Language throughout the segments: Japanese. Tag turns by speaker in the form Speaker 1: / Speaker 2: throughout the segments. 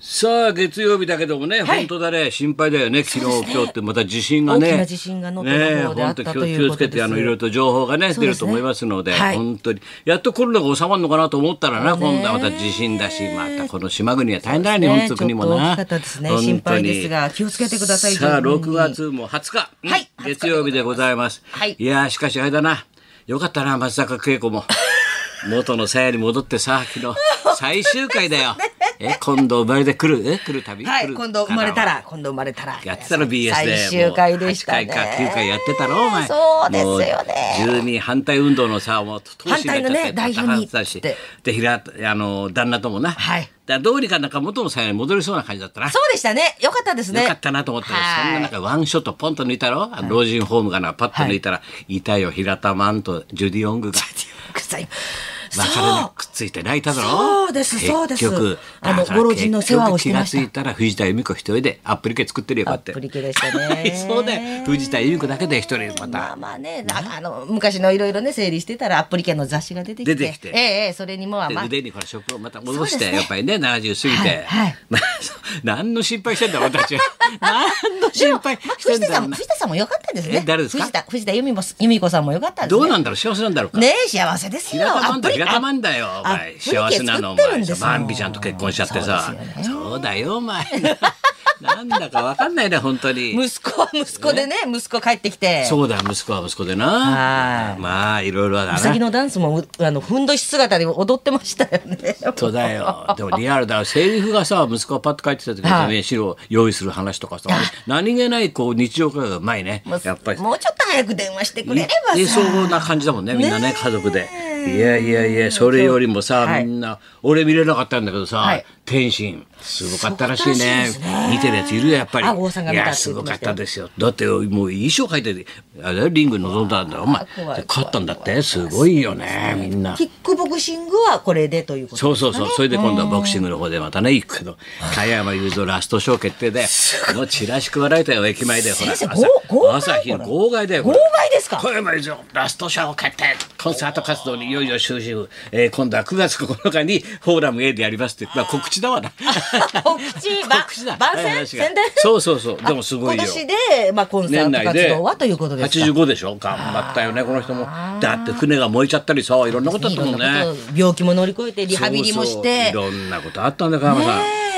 Speaker 1: さあ月曜日だけどもね、
Speaker 2: はい
Speaker 1: 本当だね心配だよね昨
Speaker 2: そう
Speaker 1: 日、
Speaker 2: ですね
Speaker 1: 今日ってまた地震がね
Speaker 2: 大きな地震が能登の方であった
Speaker 1: ねえ本当気を
Speaker 2: という
Speaker 1: 気をつ
Speaker 2: こと
Speaker 1: け
Speaker 2: です
Speaker 1: てあのいろいろと情報がね出
Speaker 2: そうで
Speaker 1: る
Speaker 2: すね
Speaker 1: と思いますので
Speaker 2: はい
Speaker 1: 本当にやっとコロナが収まるのかなと思ったらな
Speaker 2: そうね
Speaker 1: 今度はまた地震だしまたこの島国は大変だね
Speaker 2: そうですね
Speaker 1: 日本国も
Speaker 2: ちょっと大
Speaker 1: な
Speaker 2: きかったですね
Speaker 1: 本当に
Speaker 2: 心配ですが気をつけてください
Speaker 1: さあ
Speaker 2: 十分に
Speaker 1: 6月も20日、うん
Speaker 2: はい
Speaker 1: 月曜日でございます、
Speaker 2: はい
Speaker 1: いやーしかしあれだなよかったな松坂慶子も元のさやに戻ってさ昨 日最終回だよ、え今度生まれてくるえ来る旅
Speaker 2: は
Speaker 1: 来
Speaker 2: い、
Speaker 1: る
Speaker 2: 今度生まれたら、今度生まれたら。
Speaker 1: やってたの BS で
Speaker 2: 最終回でしたね。
Speaker 1: もう8回か9回やってたろお前
Speaker 2: そうですよ
Speaker 1: もう
Speaker 2: ね。
Speaker 1: 12反対運動のさもう投資になっちゃって
Speaker 2: 反対のね代表に
Speaker 1: 戦ってたし
Speaker 2: って
Speaker 1: で平あの旦那ともな、
Speaker 2: はい
Speaker 1: だからどうにかなんか元のさやに戻りそうな感じだったな
Speaker 2: そうでしたね。よかったですね。
Speaker 1: よかったなと思ったら、そんな
Speaker 2: はい
Speaker 1: 中ワンショットポンと抜いたろ、あの老人ホームがなパッと抜いたら、い、たよ平田マンとジュディ・オングが
Speaker 2: くさい
Speaker 1: 別れな
Speaker 2: そ
Speaker 1: くくっついて泣いただろ
Speaker 2: そうですそうです
Speaker 1: 結局
Speaker 2: あの
Speaker 1: だから
Speaker 2: ご老人の世話をしてまし
Speaker 1: 結局
Speaker 2: た
Speaker 1: 気がついたら藤田由美子一人でアップリケ作ってるよこうやって
Speaker 2: アップリケでしたね
Speaker 1: かわい そうだよ藤田由美子だけで一人ま
Speaker 2: う。
Speaker 1: た
Speaker 2: まあまあね、なあの昔のいろいろね整理してたらアプリケの雑誌が出てきて、
Speaker 1: 出てきて
Speaker 2: ええええそれにもう
Speaker 1: で
Speaker 2: まあ
Speaker 1: 腕にこれ職をまた戻し
Speaker 2: そうで
Speaker 1: て、
Speaker 2: すね
Speaker 1: やっぱりね70過ぎて、
Speaker 2: はいはい
Speaker 1: まあそう 何の心配してんだ俺たち は何の心配
Speaker 2: まあ
Speaker 1: してん
Speaker 2: 藤田
Speaker 1: だ
Speaker 2: さ
Speaker 1: ろうん
Speaker 2: も
Speaker 1: な
Speaker 2: 藤田さんも良かったですね
Speaker 1: え。誰ですか
Speaker 2: 藤田藤田由美も由美子さんも良かったですね。
Speaker 1: どうなんだろう幸せなんだろうか、
Speaker 2: ねえ幸せですよ。
Speaker 1: 平田マンだ
Speaker 2: アップリ
Speaker 1: 平田マンだよお
Speaker 2: アップ
Speaker 1: 前
Speaker 2: リケ
Speaker 1: 幸せなのお
Speaker 2: 作ってる
Speaker 1: 前
Speaker 2: んですよ
Speaker 1: マンビちゃんと結婚しちゃってさ
Speaker 2: そうで
Speaker 1: そ
Speaker 2: すよ
Speaker 1: う,、
Speaker 2: ね
Speaker 1: だよお前 なんだかわかんないね本当に
Speaker 2: 息子は息子でね息子帰ってきて
Speaker 1: そうだ息子は息子で
Speaker 2: は
Speaker 1: ないまあいろいろだ
Speaker 2: う
Speaker 1: な
Speaker 2: さぎのダンスもうあのふんどし姿で踊ってましたよね。
Speaker 1: そうだよでもリアルだセリフがさ息子がパッと帰ってきた時にさ
Speaker 2: は
Speaker 1: 飯を用意する話とかさ何気ないこう日常会話がうまいね
Speaker 2: もう
Speaker 1: やっぱり
Speaker 2: もうちょっと早く電話してくれれば
Speaker 1: い
Speaker 2: さ。
Speaker 1: そうな感じだもんねみんなね
Speaker 2: ねえ
Speaker 1: 家族でいやいやいやそれよりもさ、
Speaker 2: はい
Speaker 1: みんな俺見れなかったんだけどさ、
Speaker 2: はい
Speaker 1: 天心すごかったらしい
Speaker 2: すごかった
Speaker 1: ね
Speaker 2: らしいですね
Speaker 1: 見てるやついるよやっぱり
Speaker 2: あ王さんが見
Speaker 1: い
Speaker 2: たって
Speaker 1: やすごかったですよだってもう衣装書いてあれリング臨んだんだよお前
Speaker 2: 怖い怖い
Speaker 1: 勝ったんだってすごいよねみんな
Speaker 2: キックボクシングはこれでということです
Speaker 1: そ
Speaker 2: かね
Speaker 1: うそうそう。それで今度はボクシングの方でまたね、行くけど、加山雄三ラストショー決定で、もうチラシ配られたよ、駅前で。ほら、
Speaker 2: 先生
Speaker 1: 朝
Speaker 2: 号号外
Speaker 1: 朝日の号外だよ。
Speaker 2: これ号外ですか
Speaker 1: 加山雄三ラストショー決定コンサート活動にいよいよ終止符。えー今度は9月9日にフォーラム A でやりますって、まあ告知だわな。
Speaker 2: 告知 ば
Speaker 1: 告知だ
Speaker 2: 番
Speaker 1: えー
Speaker 2: 宣
Speaker 1: 話が
Speaker 2: 宣伝
Speaker 1: そうそうそう。でもすごいよ。
Speaker 2: 今年で、まあ、コンサ
Speaker 1: 年
Speaker 2: ート
Speaker 1: 内
Speaker 2: 活
Speaker 1: で
Speaker 2: 動はということですか
Speaker 1: 85でしょ頑張ったよねこの人もだって船が燃えちゃったりさいろんなことあったもん
Speaker 2: いろ
Speaker 1: ね
Speaker 2: んなこと病気も乗り越えてリハビリもして
Speaker 1: そうそういろんなことあったんだ加山さん、
Speaker 2: ねえ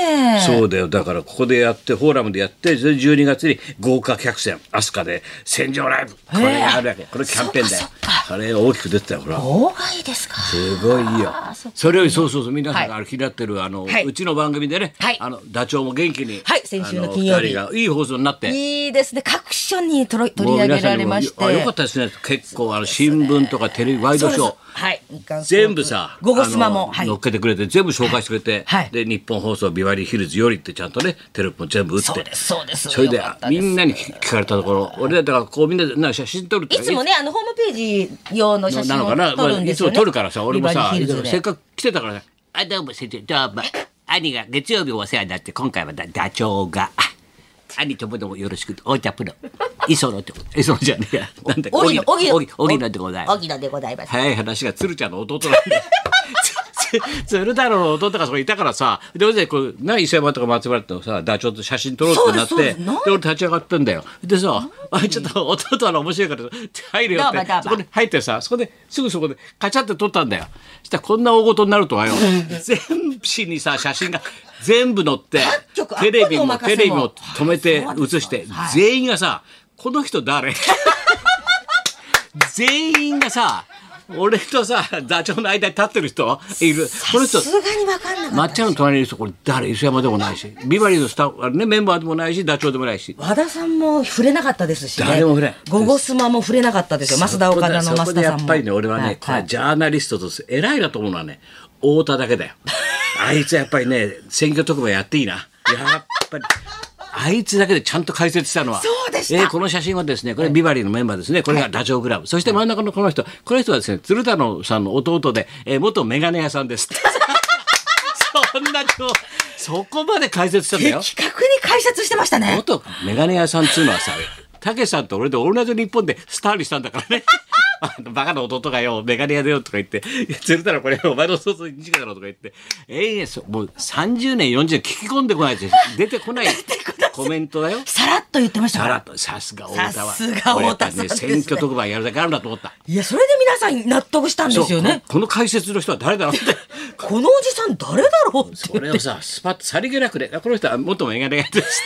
Speaker 1: そうだよだからここでやってフォーラムでやってそれで12月に豪華客船飛鳥で戦場ライブこれやるわけこれキャンペーンだよ
Speaker 2: そっかそ
Speaker 1: あ
Speaker 2: っ
Speaker 1: れ大きく出てたよほら
Speaker 2: 号外ですか
Speaker 1: すごいよ
Speaker 2: あーそっ。か
Speaker 1: それよりそうそうそう皆さんが
Speaker 2: は
Speaker 1: あの気になってるあの、
Speaker 2: はいう
Speaker 1: ちの番組でね、
Speaker 2: はい
Speaker 1: あのダチョウも元気に、
Speaker 2: はい先週の
Speaker 1: あ
Speaker 2: 金曜日
Speaker 1: 二人がいい放送になって
Speaker 2: いいですね各所に取り取り上げられまして
Speaker 1: もう皆さんにもあよかったですね結構あの新聞とかテレビワイドシ
Speaker 2: そ
Speaker 1: ョ
Speaker 2: う
Speaker 1: ー
Speaker 2: ですはい日刊スポーツ
Speaker 1: 全部さ
Speaker 2: ゴゴスマ
Speaker 1: あ
Speaker 2: も
Speaker 1: の
Speaker 2: はい
Speaker 1: 乗っけてくれて全部紹介してくれて、
Speaker 2: はい
Speaker 1: で日本放送ビバリーヒルズよりってちゃんとねテロップも全部打って
Speaker 2: そうですそうです
Speaker 1: それで
Speaker 2: よかったで
Speaker 1: み
Speaker 2: す
Speaker 1: んなに聞かれたところ俺らだからこうみんなでなんか写真撮るって
Speaker 2: いつもねあのホームページ用の写
Speaker 1: な
Speaker 2: 真
Speaker 1: の
Speaker 2: を
Speaker 1: かな、
Speaker 2: 撮るん
Speaker 1: い
Speaker 2: です
Speaker 1: つ
Speaker 2: よ
Speaker 1: も
Speaker 2: ね
Speaker 1: 撮るからさ俺も
Speaker 2: ビバ
Speaker 1: さ
Speaker 2: リーヒルズで
Speaker 1: せっかく来てたからねあどうも先生どうも兄が月曜日お世話になって今回はダダチョウが兄ともどもよろしくお茶 プロ磯野ってこと磯野じゃねえやなんだっけ
Speaker 2: 荻野荻野
Speaker 1: 荻野荻野でございます
Speaker 2: 荻野でございます
Speaker 1: 早い話が鶴ちゃんの弟なん で。つ鶴太郎の弟がそこいたからさで俺でこうな磯山とか松原とさダチョウと写真撮ろうってなっ
Speaker 2: そうで
Speaker 1: てで
Speaker 2: すそうで
Speaker 1: す
Speaker 2: なん
Speaker 1: 俺立ち上がったんだよでさあちょっと弟は面白いから入るよっ
Speaker 2: どうもどう
Speaker 1: て
Speaker 2: も
Speaker 1: そこに入ってさそこですぐそこでカチャって撮ったんだよそしたらこんな大事になるとはよ全紙にさ写真が全部載って
Speaker 2: 各局
Speaker 1: テレビ
Speaker 2: あ
Speaker 1: も
Speaker 2: っこにお任せも
Speaker 1: テレビも止めて
Speaker 2: そうです
Speaker 1: 映して
Speaker 2: はい
Speaker 1: 全員がさこの人誰全員がさ俺とさ座長の間に立ってる人いるこの人
Speaker 2: さすがに分かんなかっ
Speaker 1: 抹
Speaker 2: た
Speaker 1: 茶の隣にいる人これ誰磯山でもないしビバリーのスタッフあのねメンバーでもないしダチョウでもないし
Speaker 2: 和田さんも触れなかったですし、ね、
Speaker 1: 誰も触れない
Speaker 2: ゴゴスマも触れなかったですよ増田岡田の
Speaker 1: そこで
Speaker 2: 増田
Speaker 1: や
Speaker 2: さんも
Speaker 1: っぱりね俺はね、
Speaker 2: い
Speaker 1: これはジャーナリストとして偉いなと思うのはね太田だけだ よあいつやっぱりね選挙特番やっていいなやっぱり。あいつだけでちゃんと解説したのは
Speaker 2: そうでした
Speaker 1: えーこの写真はですねこれビバリーのメンバーですねこれがダチョウクラブ、そして真ん中のこの人この人はですね鶴太郎さんの弟で、えー元メガネ屋さん ですそんな情報そこまで解説したんだよ
Speaker 2: 的確に解説してましたね
Speaker 1: 元メガネ屋さんっつうのはさ、たけしさんと俺でオールナイト日本でスターにしたんだからね。あのバカな弟がよ、メガネ屋だよとか言って、釣れたらこれお前の外に時間だろとか言って、永遠そう、もう30年、40年聞き込んでこないですよ出て こないコメントだよ。
Speaker 2: さらっと言ってました
Speaker 1: さ
Speaker 2: からら
Speaker 1: っと、さすが太田は。
Speaker 2: さすが太田さん
Speaker 1: 俺やっぱね
Speaker 2: ですね
Speaker 1: 選挙特番やるだけあるんだと思った。
Speaker 2: いやそれで皆さん納得したんですよね
Speaker 1: そうこの解説の人は誰だろう って。
Speaker 2: このおじさん誰だろうって
Speaker 1: これをさ、スパッとさりげなくね、あこの人は元メガネ屋です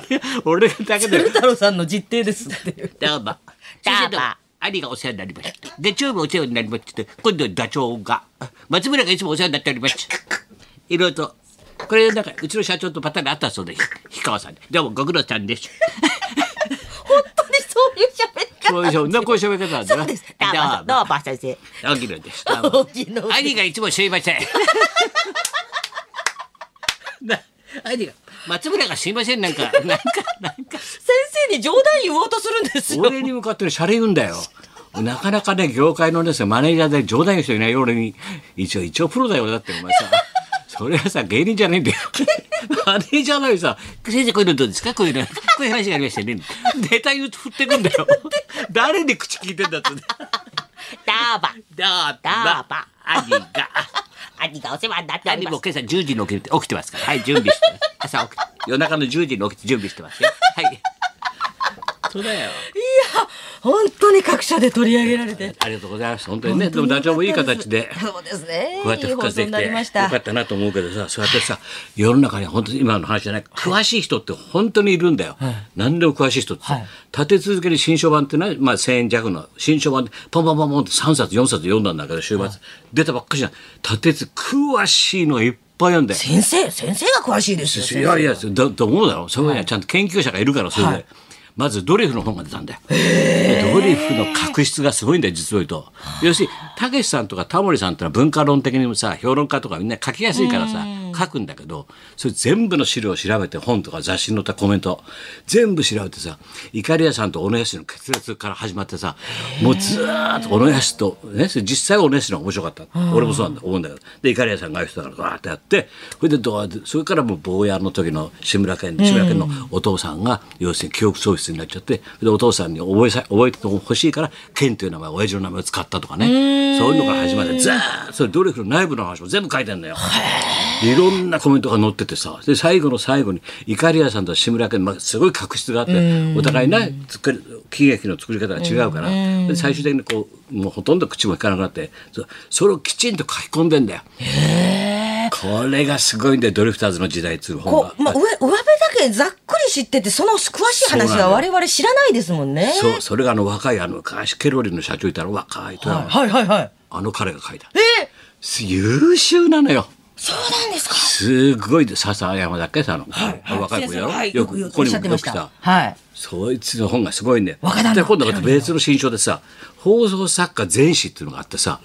Speaker 1: って。これ、俺だけで
Speaker 2: 鶴太郎さんの実定ですっていう
Speaker 1: どうも。
Speaker 2: どうも
Speaker 1: 先生の兄がお世話になりました。ダチョウもお世話になりました。今度はダチョウが。松村がいつもお世話になっておりました。いろいろと。これなんか、うちの社長とパターンあったそうです。氷川さん。どうもご苦労さんです。
Speaker 2: 本当にそういう喋り方
Speaker 1: こういうしょ、なんかこういう喋り方なんだ
Speaker 2: そ
Speaker 1: な
Speaker 2: うです
Speaker 1: どうも。
Speaker 2: どうも先生
Speaker 1: 荻野です。
Speaker 2: 荻野です
Speaker 1: 兄がいつも知りません。な兄が松村がすいませんなんかなんかなんか
Speaker 2: 先生に冗談言おうとするんですよ
Speaker 1: 俺に向かってシャレ言うんだよ。なかなかね業界のですねマネージャーで冗談言う人いないよ俺に一応一応プロだよだってお前さそれはさ芸人じゃねえんだよマネージャーなのにさ「先生こういうのどうですかこういうのこういう話がありましたよね」ネタ言うと振ってくんだよ誰に口聞いてんだってね
Speaker 2: ダーバ
Speaker 1: だー
Speaker 2: だーば
Speaker 1: 兄が
Speaker 2: 兄がお世話になってお
Speaker 1: 兄
Speaker 2: りま
Speaker 1: も
Speaker 2: す
Speaker 1: 今朝10時に起きて起きてますからはい準備して朝起きて夜中の10時に起きて準備してますよはいそうだよ
Speaker 2: 本当に各社で取り上げられて
Speaker 1: ありがとうございます本当にねでもダチョウもいい形で
Speaker 2: そうですね
Speaker 1: こうやって復活で
Speaker 2: い
Speaker 1: き
Speaker 2: い放送にな
Speaker 1: て
Speaker 2: りま
Speaker 1: よ
Speaker 2: した
Speaker 1: かったなと思うけどさそうやってさ世の中に本当に今の話じゃない詳しい人って本当にいるんだよ、何でも詳しい人って、
Speaker 2: はい
Speaker 1: 立て続けに新書版ってね、まあ、1,000円弱の新書版でポンポンポンポンって3冊4冊読んだんだけど週末、出たばっかりじゃん立て続詳しいのいっぱい読んで
Speaker 2: 先生先生が詳しいですよ
Speaker 1: い
Speaker 2: 先生
Speaker 1: やいやだと思うだろそこにはちゃんと研究者がいるからそれで、
Speaker 2: はい
Speaker 1: まずドリフの本が出たんだよ、でドリフの確執がすごいんだよ実を言うと要するにたけしさんとかタモリさんってのは文化論的にもさ評論家とかみんな書きやすいからさ書くんだけどそれ全部の資料を調べて本とか雑誌に載ったコメント全部調べてさいかりやさんと小野安の決裂から始まってさもうずーっと小野安と、ね、それ実際は小野安の方が面白かった俺もそうなんだ思うんだけどでいかりやさんがああいう人だからわーってやってそれでどうやってそれからもう坊やの時の志村けん志村けんのお父さんが要するに記憶喪失になっちゃってでお父さんに覚えさ覚えてほしいからけんという名前親父の名前を使ったとかねそういうのから始まってずーっとそれドリフの内部の話も全部書いてんだよ。いろんなコメントが載っててさで最後の最後にいかりやさんと志村けん、まあ、すごい確執があってお互いね作る喜劇の作り方が違うからで最終的にこうもうほとんど口も引かなくなってそそれをきちんと書き込んでんだよ。これがすごいんだよドリフターズの時代っつう本
Speaker 2: こ
Speaker 1: は
Speaker 2: う、。まあ、上、上辺だけざっくり知ってて、その詳しい話
Speaker 1: そうなの
Speaker 2: は
Speaker 1: よ
Speaker 2: 我々知らないですもんね。
Speaker 1: そうそれがあの若いあの昔ケロリの社長いたの若い人なの
Speaker 2: はいはいはい。
Speaker 1: あの彼が書いた
Speaker 2: えー、
Speaker 1: 優秀なのよ。
Speaker 2: そうなんですか。
Speaker 1: すごいで笹山だっけさの、若い子
Speaker 2: 先生
Speaker 1: やろ、
Speaker 2: はい
Speaker 1: よ
Speaker 2: よ
Speaker 1: く
Speaker 2: く
Speaker 1: こ
Speaker 2: よ
Speaker 1: こ
Speaker 2: くおっ
Speaker 1: に
Speaker 2: し
Speaker 1: もよ
Speaker 2: ゃって
Speaker 1: く来
Speaker 2: ましたた。はい。
Speaker 1: そいつの本がすごいんだよ。
Speaker 2: 若旦那
Speaker 1: で今度また別の新書でさ放送作家全史っていうのがあってさ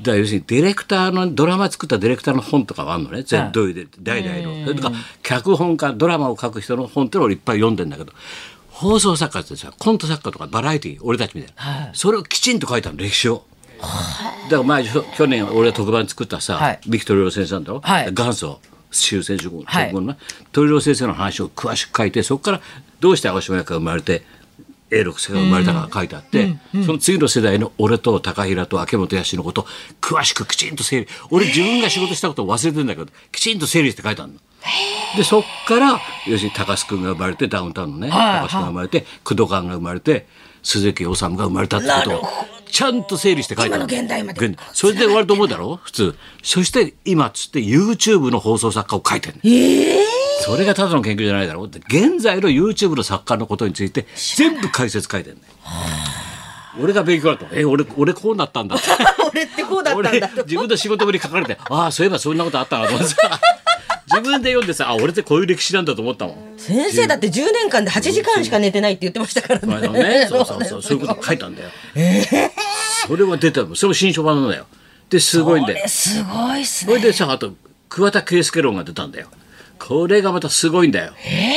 Speaker 1: だから要するにディレクターのドラマ作ったディレクターの本とかはあるのね全どういうで代々の。それとか脚本家ドラマを書く人の本ってのをいっぱい読んでんだけど放送作家ってさコント作家とかバラエティー俺たちみたいな、それをきちんと書いたの歴史を。だから前去去年俺が特番作ったさ、
Speaker 2: はい
Speaker 1: ビクトリオ先生なんだろ、
Speaker 2: はい
Speaker 1: 元祖終戦直後
Speaker 2: はい
Speaker 1: 直後のな鳥郎先生の話を詳しく書いてそこからどうして青島役が生まれて永六星が生まれたかが書いてあって、その次の世代の俺と高平と秋元康のことを詳しくきちんと整理俺自分が仕事したことを忘れてんだけどきちんと整理して書いてあるの。でそっから要するに高須君が生まれてダウンタウンのね、
Speaker 2: は
Speaker 1: 高
Speaker 2: い
Speaker 1: 須君が生まれて工藤官が生まれて鈴木治が生まれたってことをちゃんと整理して書いてある
Speaker 2: 今の現代まで
Speaker 1: 現それで終わると思うだろ普通そして今っつって YouTube の放送作家を書いてるの
Speaker 2: ええ
Speaker 1: それがただの研究じゃないだろうって現在の YouTube の作家のことについて全部解説書いてるね俺が勉強だとえ俺俺こうなったんだって
Speaker 2: 俺ってこうだったん
Speaker 1: 俺
Speaker 2: だ。
Speaker 1: 自分の仕事ぶり書かれてああそういえばそんなことあったなと思って さ自分で読んでさあ俺ってこういう歴史なんだと思ったもん。
Speaker 2: 先生だって10年間で8時間しか寝てないって言ってましたから
Speaker 1: あ
Speaker 2: ね。
Speaker 1: の ね、そうそうそう、そういうこと書いたんだよ。それは出たの、それも新書版なんだよ。で、すごいんだよ。
Speaker 2: すごいっす
Speaker 1: こ
Speaker 2: ね。
Speaker 1: れでさあと桑田佳祐論が出たんだよこれがまたすごいんだよ、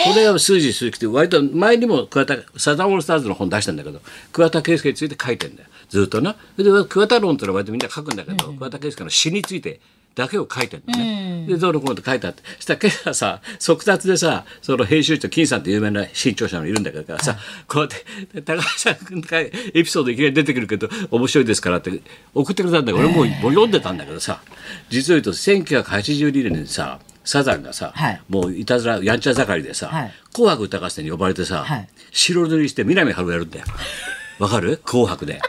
Speaker 1: これが数字鈴木って割と前にも桑田サザンオールスターズの本出したんだけど桑田佳祐について書いてんだよずっとなそれで桑田論ってのは割とみんな書くんだけど、桑田佳祐の詩についてだけを書いてるのね。でどうのこうのって書いてあってそしたら今朝さ速達でさその編集長金さんって有名な新潮社のいるんだけどさ、こうやって高橋さんがエピソードいきなり出てくるけど面白いですからって送ってくれたんだけど俺もうもう読んでたんだけどさ実を言うと1982年にさサザンがさ、
Speaker 2: はい
Speaker 1: もういたずらやんちゃ盛りでさ、
Speaker 2: はい
Speaker 1: 紅白歌合戦に呼ばれてさ、
Speaker 2: はい
Speaker 1: 白塗りして南春をやるん だよ。わかる紅白で。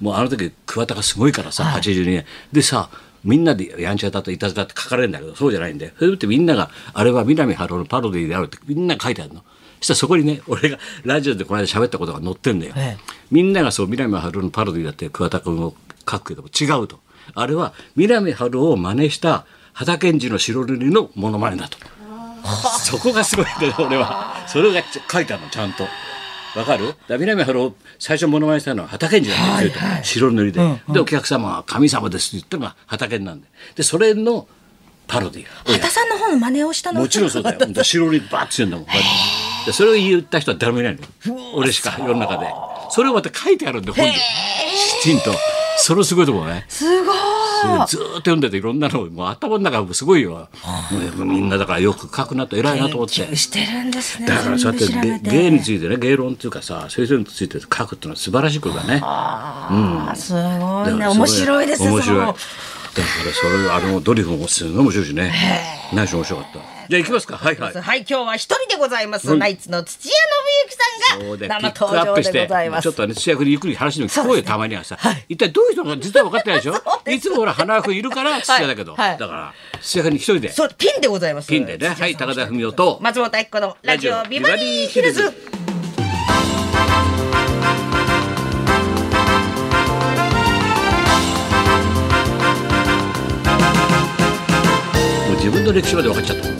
Speaker 1: もうあの時桑田がすごいからさ、82年。でさ、みんなでやんちゃだといたずらって書かれるんだけど、そうじゃないんだよ。それってみんなが、あれは南春夫のパロディであるってみんな書いてあるの。そしたらそこにね、俺がラジオでこの間喋ったことが載ってんだよ。
Speaker 2: ええ
Speaker 1: みんながそう南春夫のパロディだって桑田君を書くけども違うと。あれは南春夫を真似した畑健二の白塗りのモノマネだと。 そこがすごいんだよ俺は。それがち書いてあるのちゃんと。わかるだ南春夫最初モノマネしたのは畑健二なんだよ、白塗りで、でお客様は「神様です」って言ったのが畑健なんででそれのパロディをやっ
Speaker 2: 畑さんの方の真似をしたの
Speaker 1: もちろんそうだよ。本当白塗りバーッつ言うんだもん。こうやってでそれを言った人は誰もいないのよ。俺しか世の中で。それをまた書いてあるんで本で。きちんと。それすごいところね。
Speaker 2: すごい
Speaker 1: ずーっと読んでていろんなのもう頭の中もすごいよ。もうみんなだからよく書くなと偉いなと思って。
Speaker 2: 研究してるんですね
Speaker 1: だからそうやって
Speaker 2: 全部調べ
Speaker 1: 芸芸についてね芸論っていうかさそういうのについて書くっていうのは素晴らしいことだね。
Speaker 2: あーすご
Speaker 1: だ
Speaker 2: い
Speaker 1: か
Speaker 2: ね
Speaker 1: らそれ
Speaker 2: 面白いです
Speaker 1: 面白い。
Speaker 2: そ
Speaker 1: だ
Speaker 2: の
Speaker 1: からそれあのドリフもすごい面白いしね。何しろ面白かった。じゃあ行きますか。はいはい。
Speaker 2: はい、今日は一人でございます、
Speaker 1: うん
Speaker 2: ナイツの土屋信
Speaker 1: そうだ
Speaker 2: 之さ
Speaker 1: よ
Speaker 2: ん
Speaker 1: ピ
Speaker 2: が
Speaker 1: ック
Speaker 2: 生
Speaker 1: アッ
Speaker 2: 登
Speaker 1: プし
Speaker 2: 場で
Speaker 1: て
Speaker 2: ございます
Speaker 1: ちょっとね主役にゆっくり話の聞こえよたまにはさ、一体どういう人なのか実は分かってない でしょ、い、つもほら花輪君いるから父親だけど、
Speaker 2: はいはい
Speaker 1: だから父親に一人で
Speaker 2: そうピンでございます
Speaker 1: ピンでねはい高田文夫と
Speaker 2: 松本明子のラジオビバリーヒルズ
Speaker 1: もう自分の歴史まで分かっちゃった、あ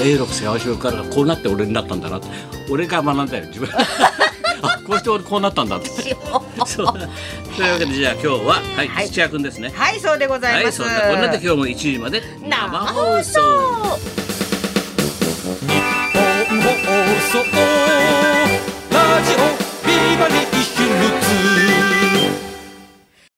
Speaker 1: あ永六瀬青潮からこうなって俺になったんだなって俺が学んだよ 自分あこうして俺こうなったんだってそうというわけでじゃあ今日は、はい
Speaker 2: はい
Speaker 1: 土屋君ですね
Speaker 2: はいそうでございます、
Speaker 1: そんなこんなで今日も1時まで
Speaker 2: 生放送
Speaker 1: 放送